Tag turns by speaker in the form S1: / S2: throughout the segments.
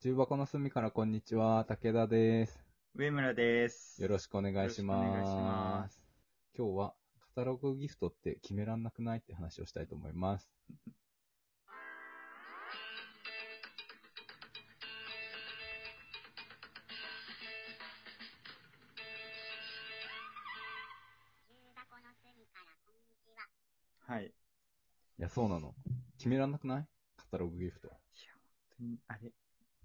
S1: 重箱の隅からこんにちは、武田です。
S2: 上村です。
S1: よろしくお願いします。
S2: よろしくお願いします
S1: 今日は、カタログギフトって決めらんなくないって話をしたいと思います。
S2: はい。い
S1: いや、そうなの。決めらんなくないカタログギフト。
S2: や、本当に、あれ、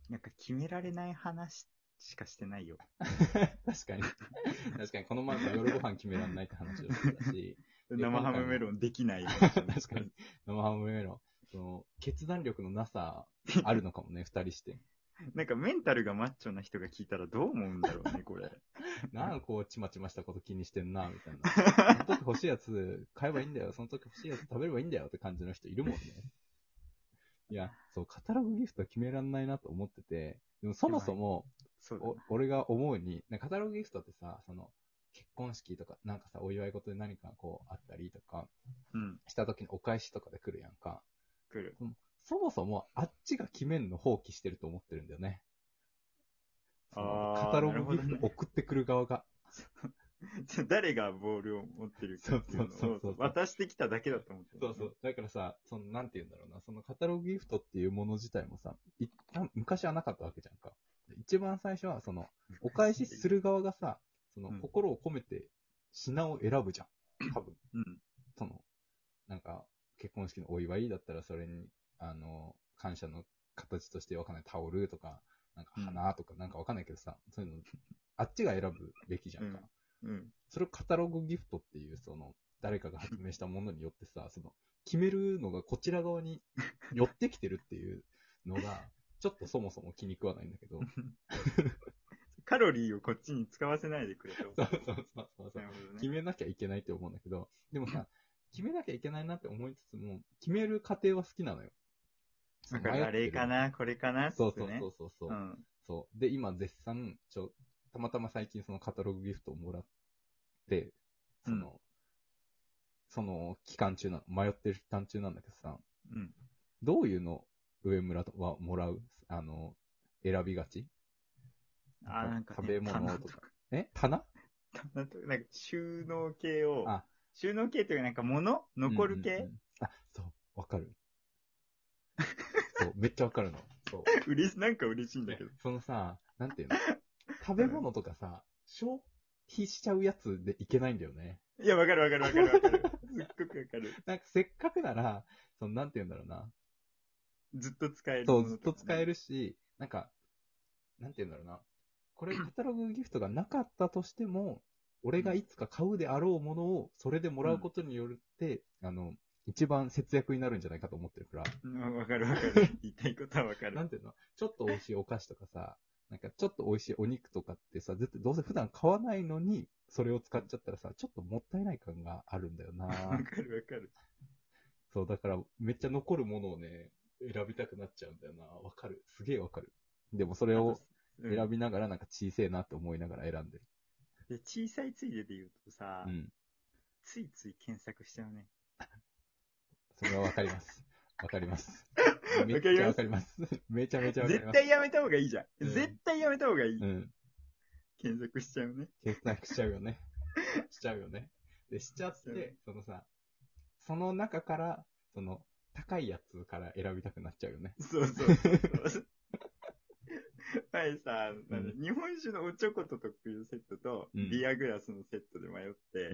S2: なんか決められない話しかしてないよ。
S1: 確かに。確かに、この前も夜ご飯決めらんないって話をしてたし、
S2: 生ハムメロンで きないよ。
S1: 確かに。生ハムメロン。その、決断力のなさ、あるのかもね、二人して。
S2: なんかメンタルがマッチョな人が聞いたらどう思うんだろうね、これ。
S1: なあ、こう、ちまちましたこと気にしてんな、みたい な。その時欲しいやつ買えばいいんだよ。その時欲しいやつ食べればいいんだよって感じの人いるもんね。いや、そう、カタログギフトは決めらんないなと思ってて、でもそもそも、
S2: そうだ
S1: お俺が思うに、なんかカタログギフトってさ、その、結婚式とか、なんかさ、お祝い事で何かこう、あったりとか、
S2: な。うん、
S1: した時にお返しとかで来るやんか。
S2: 来る。
S1: そもそも、あっちが決めんの放棄してると思ってるんだよね。その
S2: あー
S1: カタログギ
S2: な
S1: フ
S2: る
S1: ト
S2: ほど
S1: 送ってくる側が。
S2: じゃあ誰がボールを持ってるかっていう
S1: そうそうそうそ
S2: の
S1: う
S2: を渡してきただけだと思ってる
S1: そうそう。。だからさ、その、なんて言うんだろうな、そのカタログギフトっていうもの自体もさ、一旦、昔はなかったわけじゃんか。一番最初は、その、お返しする側がさ、その
S2: う、ん
S1: 心を込めて品を選ぶじゃん。多分。
S2: うん。
S1: その、なんか、結婚式のお祝いだったら、それに、あの、感謝の形としてわかんない、タオルとか、なんか
S2: うん
S1: 花とか、なんかわかんないけどさ、そういうの、あっちが選ぶべきじゃんか。
S2: うんうん。
S1: それをカタログギフトっていう、その、誰かが発明したものによってさ、そ の、決めるのがこちら側に寄ってきてるっていうのが、 ちょっとそもそも気に食わないんだけ ど。
S2: カロリーをこっちに使わせないでくれと。
S1: そうそうそうそうそう
S2: な。るほど
S1: 決
S2: ね。
S1: めなきゃいけないって思うんだけど、でもさ、決めなきゃいけないなって思いつつも、決める過程は好きなのよ。
S2: だからあれかな、これかなって
S1: そ
S2: ね。
S1: うそうそうそうそう、
S2: うん。
S1: そう。で、今絶賛、ちょ、たまたま最近そのカタログギフトをもらって、その、その期間中な、迷ってる期間中なんだけどさ、
S2: うん。
S1: どういうの上村はもらうあの、選びがち
S2: あー、なんか、
S1: 食
S2: ね、
S1: べ物
S2: 棚
S1: とか。え棚
S2: 棚とかなんか収納系を
S1: あ、
S2: 収納系というか、なんか物残る
S1: うんうん
S2: 系
S1: うんあ、そう、わかる。そう、めっちゃわかるの。そう。
S2: うれし、なんか嬉しいんだけど。
S1: そのさ、なんていうの食べ物とかさ、消費しちゃうやつでいけないんだよね。
S2: いや、わかるわかるわかるわかる。すっごくわかる。
S1: なんかせっかくなら、そのなんて言うんだろうな。
S2: ずっと使えるも
S1: そ
S2: の
S1: う、ず
S2: かね、
S1: っと使えるし、なんか、なんて言うんだろうな。こ れ、カタログギフトがなかったとしても、俺がいつか買うであろうものを、それでもらうことによって、あの、一番節約になるんじゃないかと思ってるから、
S2: うん。わかるわかる。言いたいことはわか
S1: なん
S2: る。
S1: ていうのちょっと美味しいお菓子とかさ、なんかちょっと美味しいお肉とかってさ、絶対どうせ普段買わないのに、それを使っちゃったらさ、ちょっともったいない感があるんだ よな
S2: わかるわかる。
S1: そう、だからめっちゃ残るものをね、選びたくなっちゃうんだよなわかる。すげえわかる。でもそれを
S2: うん
S1: 選びながらなんか小せえなって思いながら選んでる。
S2: で小さいついでで言うとさ、
S1: うん。
S2: ついつい検索しちゃうね。
S1: それはわかります。 わかります。
S2: ります
S1: めっちゃわかります。 めちゃめちゃわかり
S2: 絶
S1: ます。
S2: 対やめた方がいいじゃん。
S1: うん
S2: 絶対やめた方がいい。
S1: うん。
S2: 検索しちゃうね。
S1: 決断しちゃうよね。 しちゃうよね。で、しちゃっ
S2: う
S1: て
S2: ん、
S1: そのさ、その中から、その、高いやつから選びたくなっちゃうよね。
S2: そうそうそう そう。前さ、あの
S1: う
S2: 日本酒のおちょこと特有セットと、
S1: うん
S2: ビアグラスのセットで迷っ
S1: うんうん
S2: て、
S1: う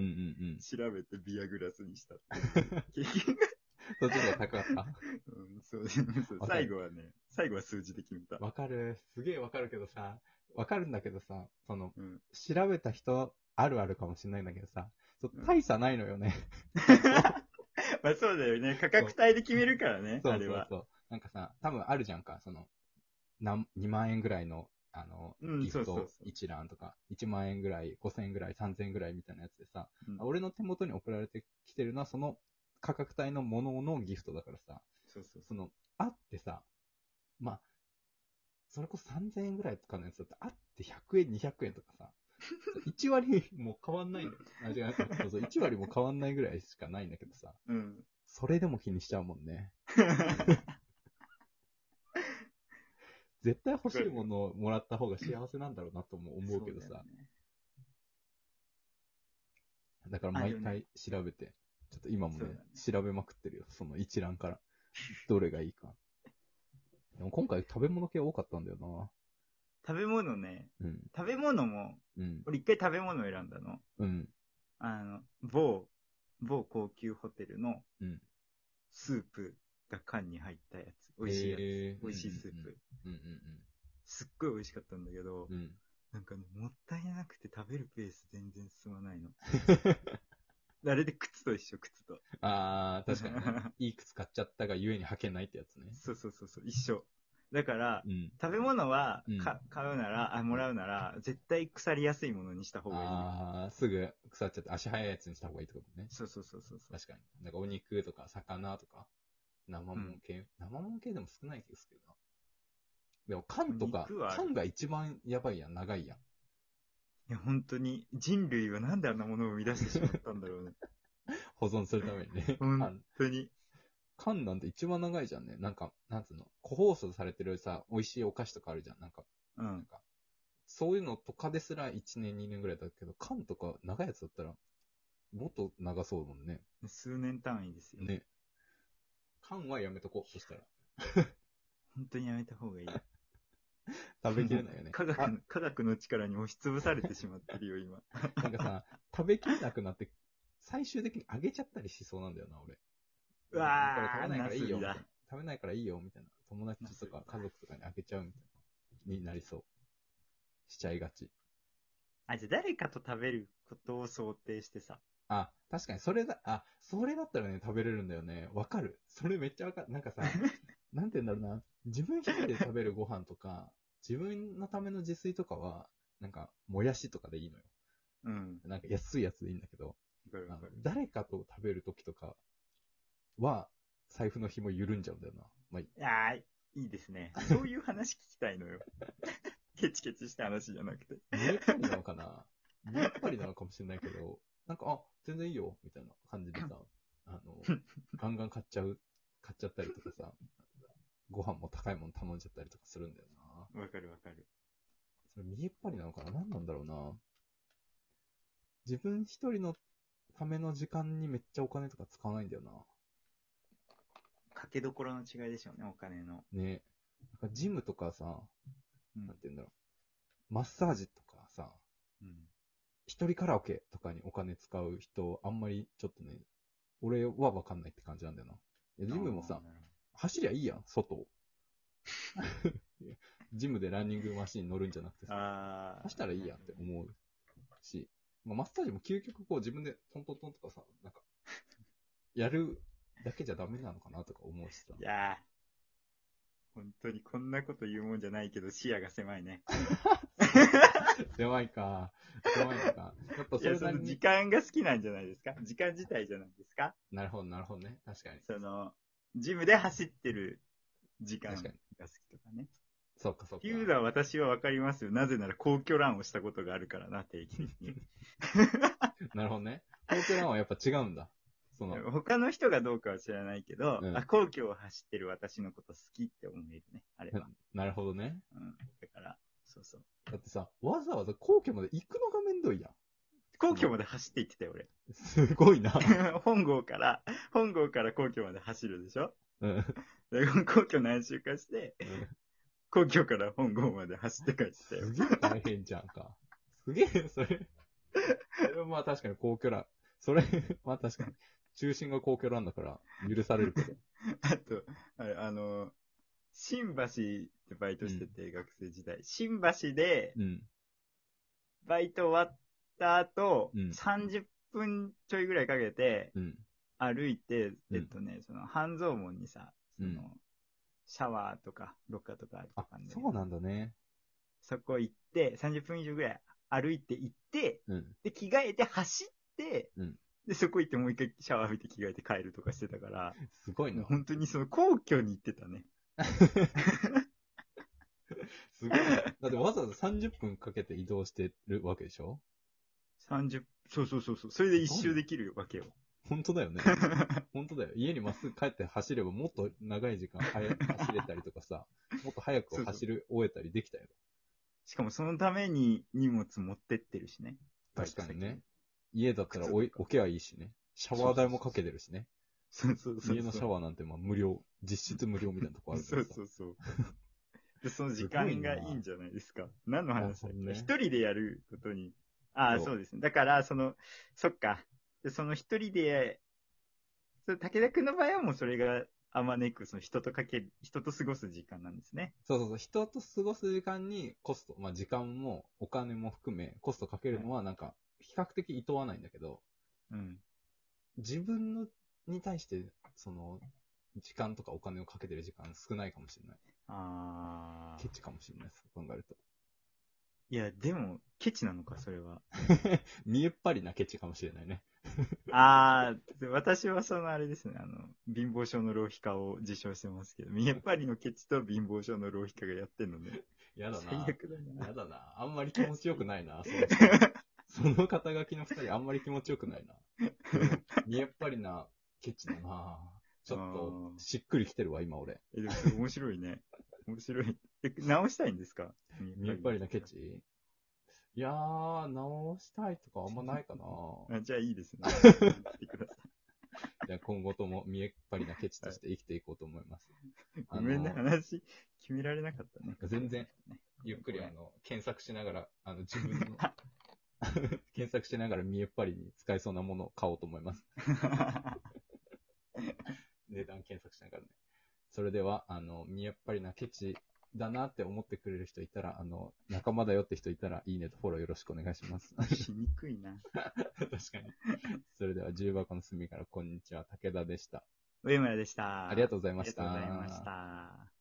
S1: ん。
S2: 調べてビアグラスにしたっていう 経験
S1: そっちの方が高かっ
S2: うんそうですねそう
S1: わかる
S2: 最後はね、最後は数字で決めた
S1: た。わかる。すげえわかるけどさ、わかるんだけどさ、その、
S2: うん。
S1: 調べた人あるあるかもしれないんだけどさ、そう
S2: うん
S1: 大差ないのよね。
S2: まあそうだよね。価格帯で決めるから ね、
S1: そう
S2: あ
S1: そ
S2: れ
S1: う
S2: は。
S1: そう。なんかさ、多分あるじゃんか、その、なん2万円ぐらいの、あの、
S2: うん
S1: ギフ
S2: そうそ
S1: ト
S2: うそう
S1: 一覧とか、1万円ぐらい、5000円ぐらい、3000円ぐらいみたいなやつでさ、
S2: うん
S1: 俺の手元に送られてきてるのは、その価格帯のもののギフトだからさ、
S2: そうそうそ
S1: その、あってさ、まあ、それこそ3000円ぐらいとかのやつだって、あって100円、200円とか さ、1割も変わんないんだよ。あ、違う、そうそう、1割も変わんないぐらいしかないんだけどさ、
S2: う。うん。
S1: それでも気にしちゃうもんね。絶対欲しいものをもらった方が幸せなんだろうなとも思うけど
S2: そだよ
S1: さ。
S2: ね
S1: だから
S2: あ
S1: 毎
S2: るね
S1: 回調べて、ちょっと今もね
S2: そうだね
S1: 調べまくってるよ。その一覧から。どれがいいか。でも今回食べ物系多かったんだよ
S2: 食べ物ね、
S1: な。うん。
S2: 食べ物も、
S1: うん。
S2: 俺一回食べ物を選んだの。
S1: うん。
S2: あの、某、某高級ホテルの
S1: うん。
S2: スープが缶に入ったやつ。美味しいやつ。
S1: へー
S2: 美味しいスープ、
S1: うんうん
S2: すっごい美味しかったんだけど、
S1: うんうん。うん。
S2: なんかね、もったいなくて食べるペース全然進まない の。あれで靴と一緒、靴と。
S1: あー、確 かに、ね。いい靴買っちゃったがゆえに履けないってやつね。
S2: そうそうそうそう、一緒。だから
S1: う、ん。
S2: 食べ物は
S1: うん
S2: か、買うなら、あ、もらうなら、絶対腐りやすいものにした方がいいの。
S1: あー、すぐ腐っちゃって足早いやつにした方がいいってことね。
S2: そうそうそうそうそう。
S1: 確かに。なんかお肉とか魚とか、生もん系、生もん系でも少ないですけどな。でも缶とか
S2: 肉は、ある
S1: 缶が一番やばいやん、長いやん。
S2: いや、本当に、人類はなんであんなものを生み出してしまったんだろうね。
S1: 保存するためにね。
S2: う ん
S1: 缶
S2: 本当に。
S1: 缶なんて一番長いじゃんね。なんか、なんつうの、個包装されてるさ、美味しいお菓子とかあるじゃん。なんか、
S2: う
S1: なん
S2: ん。
S1: か、そういうのとかですら1年2年ぐらいだけど、缶とか長いやつだったら、もっと長そうだもんね。
S2: 数年単位ですよ。
S1: ね。缶はやめとこう、そした ら。
S2: 本当にやめた方がいい。
S1: 食べきれないよね。
S2: 科学
S1: あ
S2: の、科学の力に押しつぶされてしまってるよ、今。
S1: なんかさ、食べきれなくなって、最終的にあげちゃったりしそうなんだよな、俺。
S2: うわー
S1: これ食べないからいいよ、みた
S2: ナ
S1: い
S2: ス
S1: な
S2: ビだ。
S1: 食べないからいいよ、みたいな。友達とか家族とかにあげちゃうみたいな。になりそう。しちゃいがち。
S2: あ、じゃあ誰かと食べることを想定してさ。
S1: あ、確かに、それだ、あ、それだったらね、食べれるんだよね。わかる。それめっちゃわかる。なんか さ、なんて言うんだろうな。自分一人で食べるご飯とか、自分のための自炊とかは、なんか、もやしとかでいいのよ。
S2: うん。
S1: なんか安いやつでいいんだけど、
S2: わかる
S1: あ
S2: わ
S1: の
S2: かる。
S1: 誰かと食べるときとかは、財布の紐緩んじゃうんだよな。まあ、
S2: あー、いいですね。そういう話聞きたいのよ。 ケチケチした話じゃなくて。
S1: 見えっぱりなのかな見えっぱりなのかもしれないけど、なんか、あ、全然いいよ、みたいな感じでさ、あの、ガンガン買っちゃう、買っちゃったりとかさ、ご飯も高いもの頼んじゃったりとかするんだよな。
S2: わかるわかる。
S1: それ見えっぱりなのかな何なんだろうな。自分一人のための時間にめっちゃお金とか使わないんだよな。
S2: かけどころの違いでしょうね、お金の。
S1: ねなんかジムとかさ、
S2: うん
S1: なんて言うんだろう。マッサージとかさ、
S2: うん。
S1: 一人カラオケとかにお金使う人、あんまりちょっとね、俺は分かんないって感じなんだよな。いやジムもさ
S2: あー、なるほど
S1: 走りゃいいやん、外を。 いやジムでランニングマシン乗るんじゃなくてさ、
S2: あー
S1: 走ったらいいやんって思うし、まあ、マッサージも究極こう自分でトントントンとかさ、なんか、やるだけじゃダメなのかなとか思うしさ
S2: い。やー本当にこんなこと言うもんじゃないけど、視野が狭いね。
S1: 狭いか、狭いのか。やっぱ
S2: い
S1: そ
S2: や、
S1: れ
S2: そ
S1: なり
S2: の時
S1: に。
S2: 間が好きなんじゃないですか時間自体じゃないですか
S1: なるほど、なるほどね。確かに。
S2: その、ジムで走ってる時間が
S1: 確か
S2: 好
S1: に。
S2: きとかね。
S1: そうか、そうか
S2: って。いうのは私はわかりますよ。なぜなら公共ランをしたことがあるからな、定期的に。
S1: なるほどね。東京ランはやっぱ違うんだ。その、
S2: 他の人がどうかは知らないけど、
S1: うん
S2: あ、公共を走ってる私のこと好きって思えるね、あれは。
S1: なるほどね。
S2: うん。だから、そうそう。
S1: だってさ、わざわざ皇居まで行くのがめんどいやん。
S2: 皇居まで走っていってたよ、俺。
S1: すごいな。
S2: 本郷から、本郷から皇居まで走るでしょ
S1: うん。うん
S2: で皇居何周かして、皇居から本郷まで走って帰ってたよ
S1: す。げえ大変じゃんか。すげえ、それ。それはまあ確かに皇居ラン。それ、まあ確かに。中心が皇居ランだから許されるけど。
S2: あと、あれ、あの、新橋ってバイトしてて、学生時代。新橋で、
S1: うん。
S2: バイト終わった後、
S1: うん
S2: 30分ちょいぐらいかけて
S1: うん。
S2: 歩いて、
S1: うん
S2: えっとね、その半蔵門にさ、その、
S1: うん
S2: シャワーとか、ロッカーとかあると
S1: あ
S2: か、ね、
S1: そうなんだね。
S2: そこ行って、30分以上ぐらい歩いて行って、
S1: うん。
S2: で、着替えて走って、
S1: うん
S2: で、そこ行ってもう一回シャワー浴びて着替えて帰るとかしてたから、
S1: すごい
S2: もう
S1: な。
S2: 本当にその皇居に行ってたね。
S1: すごいな。だってわざわざ30分かけて移動してるわけでしょ
S2: 30、そうそうそうそう、それで一周できるわけよ。
S1: 本当だ よね。本当だよ。家にまっすぐ帰って走ればもっと長い時間はや走れたりとかさ、もっと早
S2: そ
S1: く
S2: うそう
S1: 走り終えたりできたよ。
S2: しかもそのために荷物持ってってるしね。
S1: 確かにね。家だったらおい
S2: 靴とか
S1: 置けばいいしね。シャワー代もかけてるしね。
S2: バイク先に。そうそうそうそう。
S1: 家のシャワーなんてまあ無料、実質無料みたいなとこあるか
S2: そ
S1: ら
S2: う
S1: さ。
S2: そうそう。で、その時
S1: す
S2: 間
S1: ごいな
S2: がいいんじゃないですか。何の話だっ
S1: なる
S2: け
S1: ほどね
S2: 一、人でやることに。ああ、
S1: そう
S2: そうですね。だから、その、そっか。でその一人で、その武田君の場合はもうそれがあまねく、その人とかけ、人と過ごす時間なんですね。
S1: そうそうそう。人と過ごす時間にコスト、まあ時間もお金も含めコストかけるのはなんか比較的厭わないんだけど、
S2: うん。
S1: 自分のに対してその時間とかお金をかけてる時間少ないかもしれない。
S2: ああ
S1: ケ。チかもしれないです。そう考えると。
S2: いや、でも、ケチなのか、それは。
S1: 見えっぱりなケチかもしれないね。
S2: ああ、私はそのあれですね、あの、貧乏症の浪費家を自称してますけど、やっぱりのケチと貧乏症の浪費家がやってんのね。
S1: やだ
S2: 最
S1: な。
S2: 悪だな
S1: や。だな。あんまり気持ちよくない な。そのその肩書きの二人、あんまり気持ちよくないな。見えっぱりなケチだな。ちょっと
S2: あ、ー
S1: しっくりきてるわ、今俺。
S2: え、でもそれ面白いね。面白い。え、直したいんですか
S1: 見えっぱりなケ。チいやー、直したいとかあんまないかな。
S2: あじゃあい いですね。言ってくださ
S1: じゃあ今後とも見えっぱりなケチとして生きていこうと思い ます。
S2: い
S1: あの
S2: ごめんね、話、決められなかったね。
S1: 全然。ゆっくりあの、検索しながら、あの、自分の、 検索しながら見えっぱりに使えそうなものを買おうと思い ます。値段検索しながらね。それでは、あの、見えっぱりなケチだなって思ってくれる人いたら、あの、仲間だよって人いたら、いいねとフォローよろしくお願いし ます。
S2: しにくいな。
S1: 確かに。それでは、重箱の隅から、こんにちは、武田でした。
S2: 上村でした。
S1: ありがとうございました。
S2: ありがとうございました。